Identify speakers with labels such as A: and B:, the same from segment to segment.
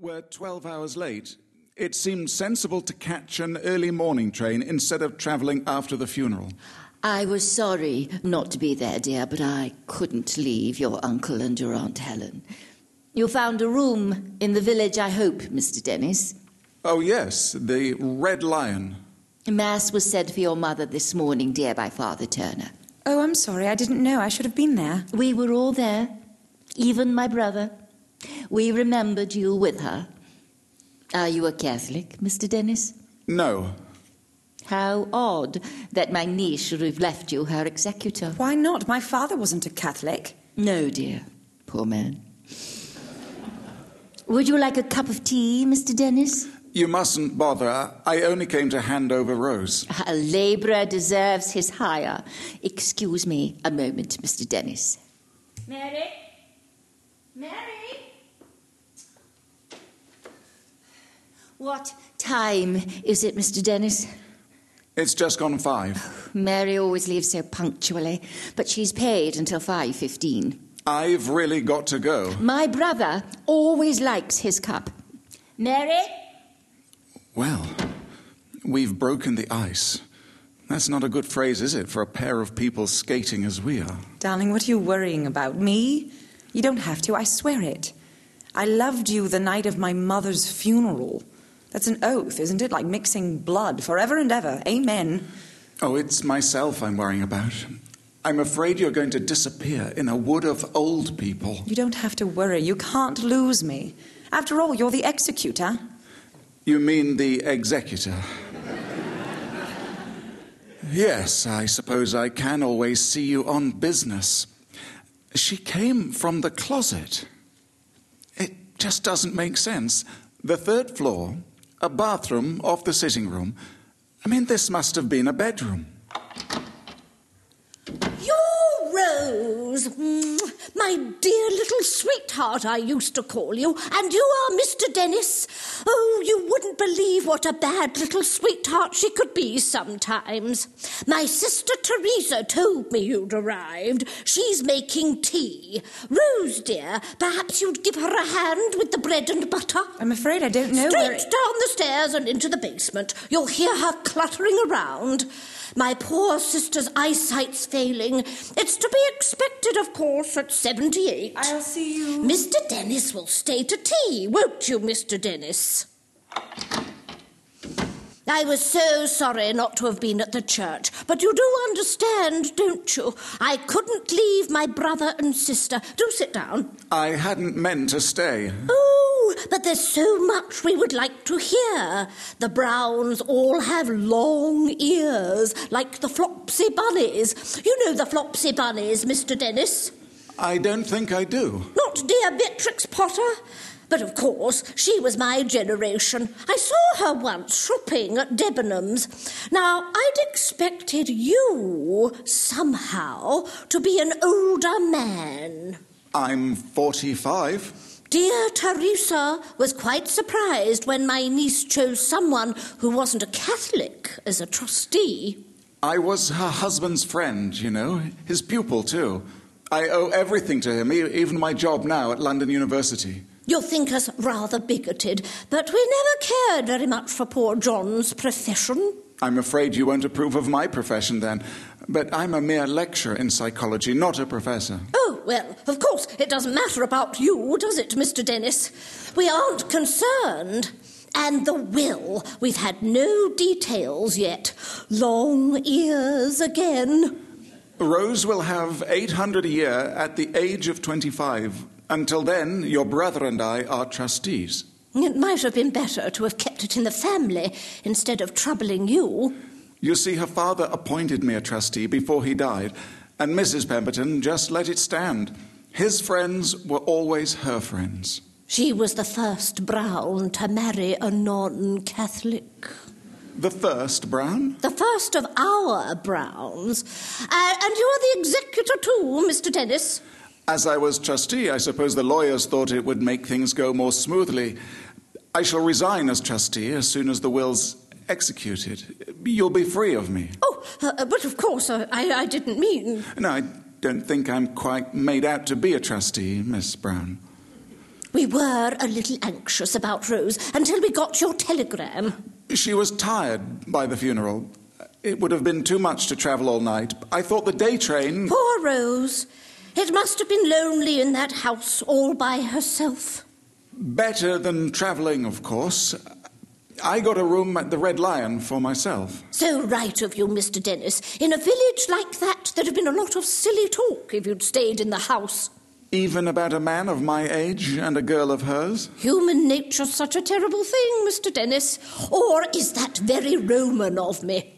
A: were 12 hours late, it seemed sensible to catch an early morning train instead of travelling after the funeral.
B: I was sorry not to be there, dear, but I couldn't leave your uncle and your Aunt Helen. You found a room in the village, I hope, Mr. Dennis.
A: Oh, yes, the Red Lion.
B: Mass was said for your mother this morning, dear, by Father Turner.
C: Oh, I'm sorry. I didn't know. I should have been there.
B: We were all there, even my brother. We remembered you with her. Are you a Catholic, Mr. Dennis?
A: No.
B: How odd that my niece should have left you her executor.
C: Why not? My father wasn't a Catholic.
B: No, dear. Poor man. Would you like a cup of tea, Mr. Dennis?
A: You mustn't bother. I only came to hand over Rose.
B: A labourer deserves his hire. Excuse me a moment, Mr. Dennis.
D: Mary? Mary?
B: What time is it, Mr. Dennis?
A: It's just gone five.
B: Mary always leaves so punctually, but she's paid until 5.15.
A: I've really got to go.
B: My brother always likes his cup.
D: Mary?
A: Well, we've broken the ice. That's not a good phrase, is it, for a pair of people skating as we are?
C: Darling, what are you worrying about? Me? You don't have to, I swear it. I loved you the night of my mother's funeral. That's an oath, isn't it? Like mixing blood forever and ever. Amen.
A: Oh, it's myself I'm worrying about. I'm afraid you're going to disappear in a wood of old people.
C: You don't have to worry. You can't lose me. After all, you're the executor.
A: You mean the executor? yes, I suppose I can always see you on business. She came from the closet. It just doesn't make sense. The third floor, a bathroom off the sitting room. I mean, this must have been a bedroom.
E: Your Rose, mm, my dear little sweetheart, I used to call you, and you are Mr. Dennis. Oh, you wouldn't believe what a bad little sweetheart she could be sometimes. My sister Teresa told me you'd arrived. She's making tea. Rose, dear, perhaps you'd give her a hand with the bread and butter.
C: I'm afraid I don't know
E: Straight
C: where. it-
E: down the stairs and into the basement. You'll hear her cluttering around. My poor sister's eyesight's failing. It's to be expected, of course, at 78.
C: I'll see you.
E: Mr. Dennis will stay to tea, won't you, Mr. Dennis? I was so sorry not to have been at the church, but you do understand, don't you? I couldn't leave my brother and sister. Do sit down.
A: I hadn't meant to stay.
E: Oh, but there's so much we would like to hear. The Browns all have long ears, like the Flopsy Bunnies. You know the Flopsy Bunnies, Mr. Dennis?
A: I don't think I do.
E: Not dear Beatrix Potter. But of course, she was my generation. I saw her once shopping at Debenhams. Now, I'd expected you, somehow, to be an older man.
A: I'm 45.
E: Dear Teresa was quite surprised when my niece chose someone who wasn't a Catholic as a trustee.
A: I was her husband's friend, you know, his pupil too. I owe everything to him, e- even my job now at London University.
E: You'll think us rather bigoted, but we never cared very much for poor John's profession.
A: I'm afraid you won't approve of my profession then, but I'm a mere lecturer in psychology, not a professor.
E: Oh, well, of course, it doesn't matter about you, does it, Mr. Dennis? We aren't concerned. And the will. We've had no details yet. Long ears again.
A: Rose will have 800 a year at the age of 25. Until then, your brother and I are trustees.
E: It might have been better to have kept it in the family instead of troubling you.
A: You see, her father appointed me a trustee before he died, and Mrs. Pemberton just let it stand. His friends were always her friends.
E: She was the first Brown to marry a non Catholic.
A: The first Brown?
E: The first of our Browns. Uh, and you are the executor too, Mr. Dennis.
A: As I was trustee, I suppose the lawyers thought it would make things go more smoothly. I shall resign as trustee as soon as the will's executed. You'll be free of me.
E: Oh, uh, but of course, uh, I, I didn't mean.
A: No, I don't think I'm quite made out to be a trustee, Miss Brown.
E: We were a little anxious about Rose until we got your telegram.
A: She was tired by the funeral. It would have been too much to travel all night. I thought the day train.
E: Poor Rose. It must have been lonely in that house all by herself.
A: Better than travelling, of course. I got a room at the Red Lion for myself.
E: So right of you, Mr. Dennis. In a village like that, there'd have been a lot of silly talk if you'd stayed in the house.
A: Even about a man of my age and a girl of hers?
E: Human nature's such a terrible thing, Mr. Dennis. Or is that very Roman of me?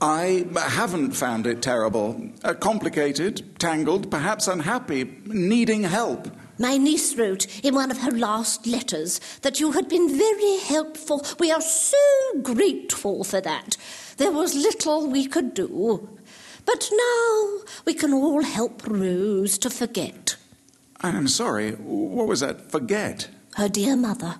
A: I haven't found it terrible. Uh, complicated, tangled, perhaps unhappy, needing help.
E: My niece wrote in one of her last letters that you had been very helpful. We are so grateful for that. There was little we could do. But now we can all help Rose to forget
A: I'm sorry, what was that? Forget?
E: her dear mother.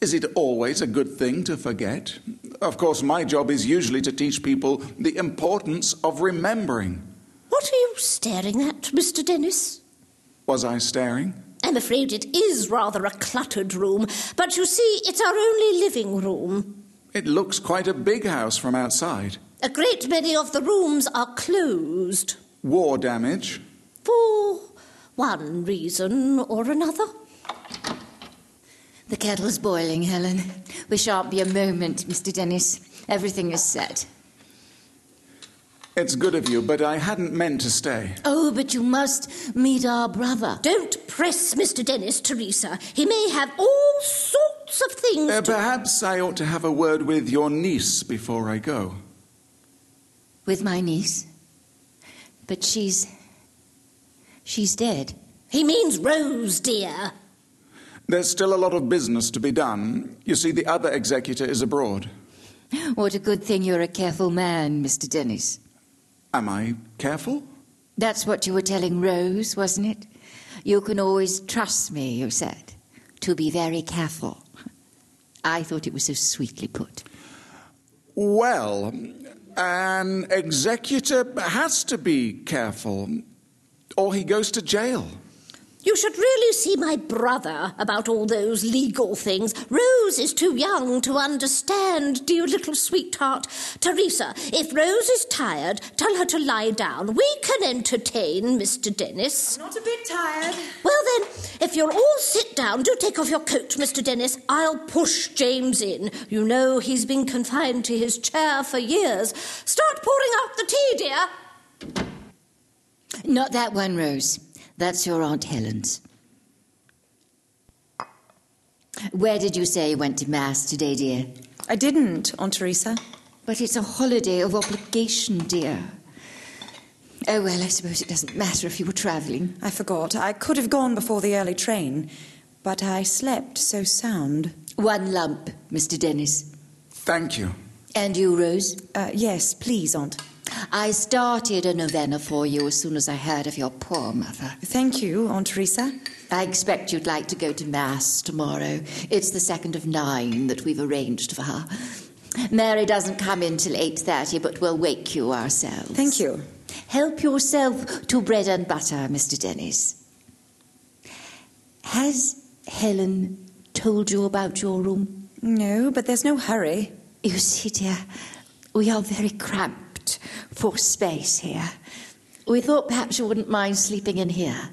A: Is it always a good thing to forget? Of course, my job is usually to teach people the importance of remembering.
E: What are you staring at, Mr. Dennis?
A: Was I staring?
E: I'm afraid it is rather a cluttered room, but you see, it's our only living room.
A: It looks quite a big house from outside.
E: A great many of the rooms are closed
A: War damage.
E: for one reason or another.
B: The kettle's boiling, Helen. We shan't be a moment, Mr. Dennis. Everything is set.
A: It's good of you, but I hadn't meant to stay.
B: Oh, but you must meet our brother.
E: Don't press Mr. Dennis, Teresa. He may have all sorts of things
A: Uh,
E: to.
A: perhaps I ought to have a word with your niece before I go.
B: With my niece. But she's. She's dead.
E: He means Rose, dear.
A: There's still a lot of business to be done. You see, the other executor is abroad.
B: What a good thing you're a careful man, Mr. Dennis.
A: Am I careful?
B: That's what you were telling Rose, wasn't it? You can always trust me, you said, to be very careful. I thought it was so sweetly put.
A: Well, an executor has to be careful, or he goes to jail.
E: You should really see my brother about all those legal things. Rose is too young to understand, dear little sweetheart. Teresa, if Rose is tired, tell her to lie down. We can entertain Mr. Dennis.
C: Not a bit tired.
E: Well, then, if you'll all sit down, do take off your coat, Mr. Dennis. I'll push James in. You know he's been confined to his chair for years. Start pouring out the tea, dear.
B: Not that one, Rose. That's your Aunt Helen's. Where did you say you went to Mass today, dear?
C: I didn't, Aunt Teresa.
B: But it's a holiday of obligation, dear. Oh, well, I suppose it doesn't matter if you were travelling.
C: I forgot. I could have gone before the early train, but I slept so sound.
B: One lump, Mr. Dennis.
A: Thank you.
B: And you, Rose?
C: Uh, yes, please, Aunt.
B: I started a novena for you as soon as I heard of your poor mother.
C: Thank you, Aunt Teresa.
B: I expect you'd like to go to Mass tomorrow. It's the second of nine that we've arranged for her. Mary doesn't come in till 8.30, but we'll wake you ourselves.
C: Thank you.
B: Help yourself to bread and butter, Mr. Dennis. Has Helen told you about your room?
C: No, but there's no hurry.
B: You see, dear, we are very cramped for space here. We thought perhaps you wouldn't mind sleeping in here.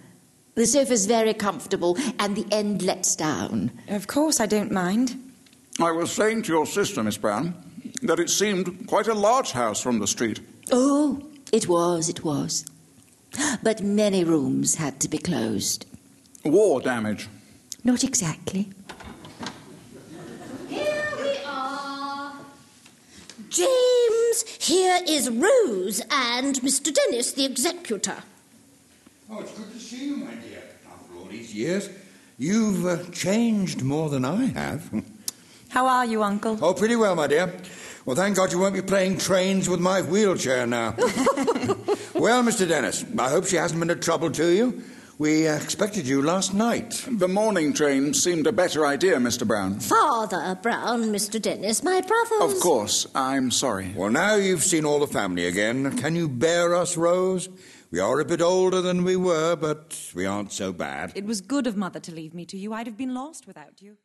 B: The sofa's very comfortable and the end lets down.
C: Of course, I don't mind.
A: I was saying to your sister, Miss Brown, that it seemed quite a large house from the street.
B: Oh, it was, it was. But many rooms had to be closed.
A: War damage.
B: Not exactly.
E: Here we are. James, here is Rose and Mr. Dennis, the executor.
F: Oh, it's good to see you, my dear. After all these years, you've uh, changed more than I have.
C: How are you, Uncle?
F: oh, pretty well, my dear. Well, thank God you won't be playing trains with my wheelchair now. well, Mr. Dennis, I hope she hasn't been a trouble to you. We uh, expected you last night.
A: The morning train seemed a better idea, Mr. Brown.
E: Father Brown, Mr. Dennis, my brother's.
A: Of course, I'm sorry.
F: Well, now you've seen all the family again. Can you bear us, Rose? We are a bit older than we were, but we aren't so bad.
C: It was good of Mother to leave me to you. I'd have been lost without you.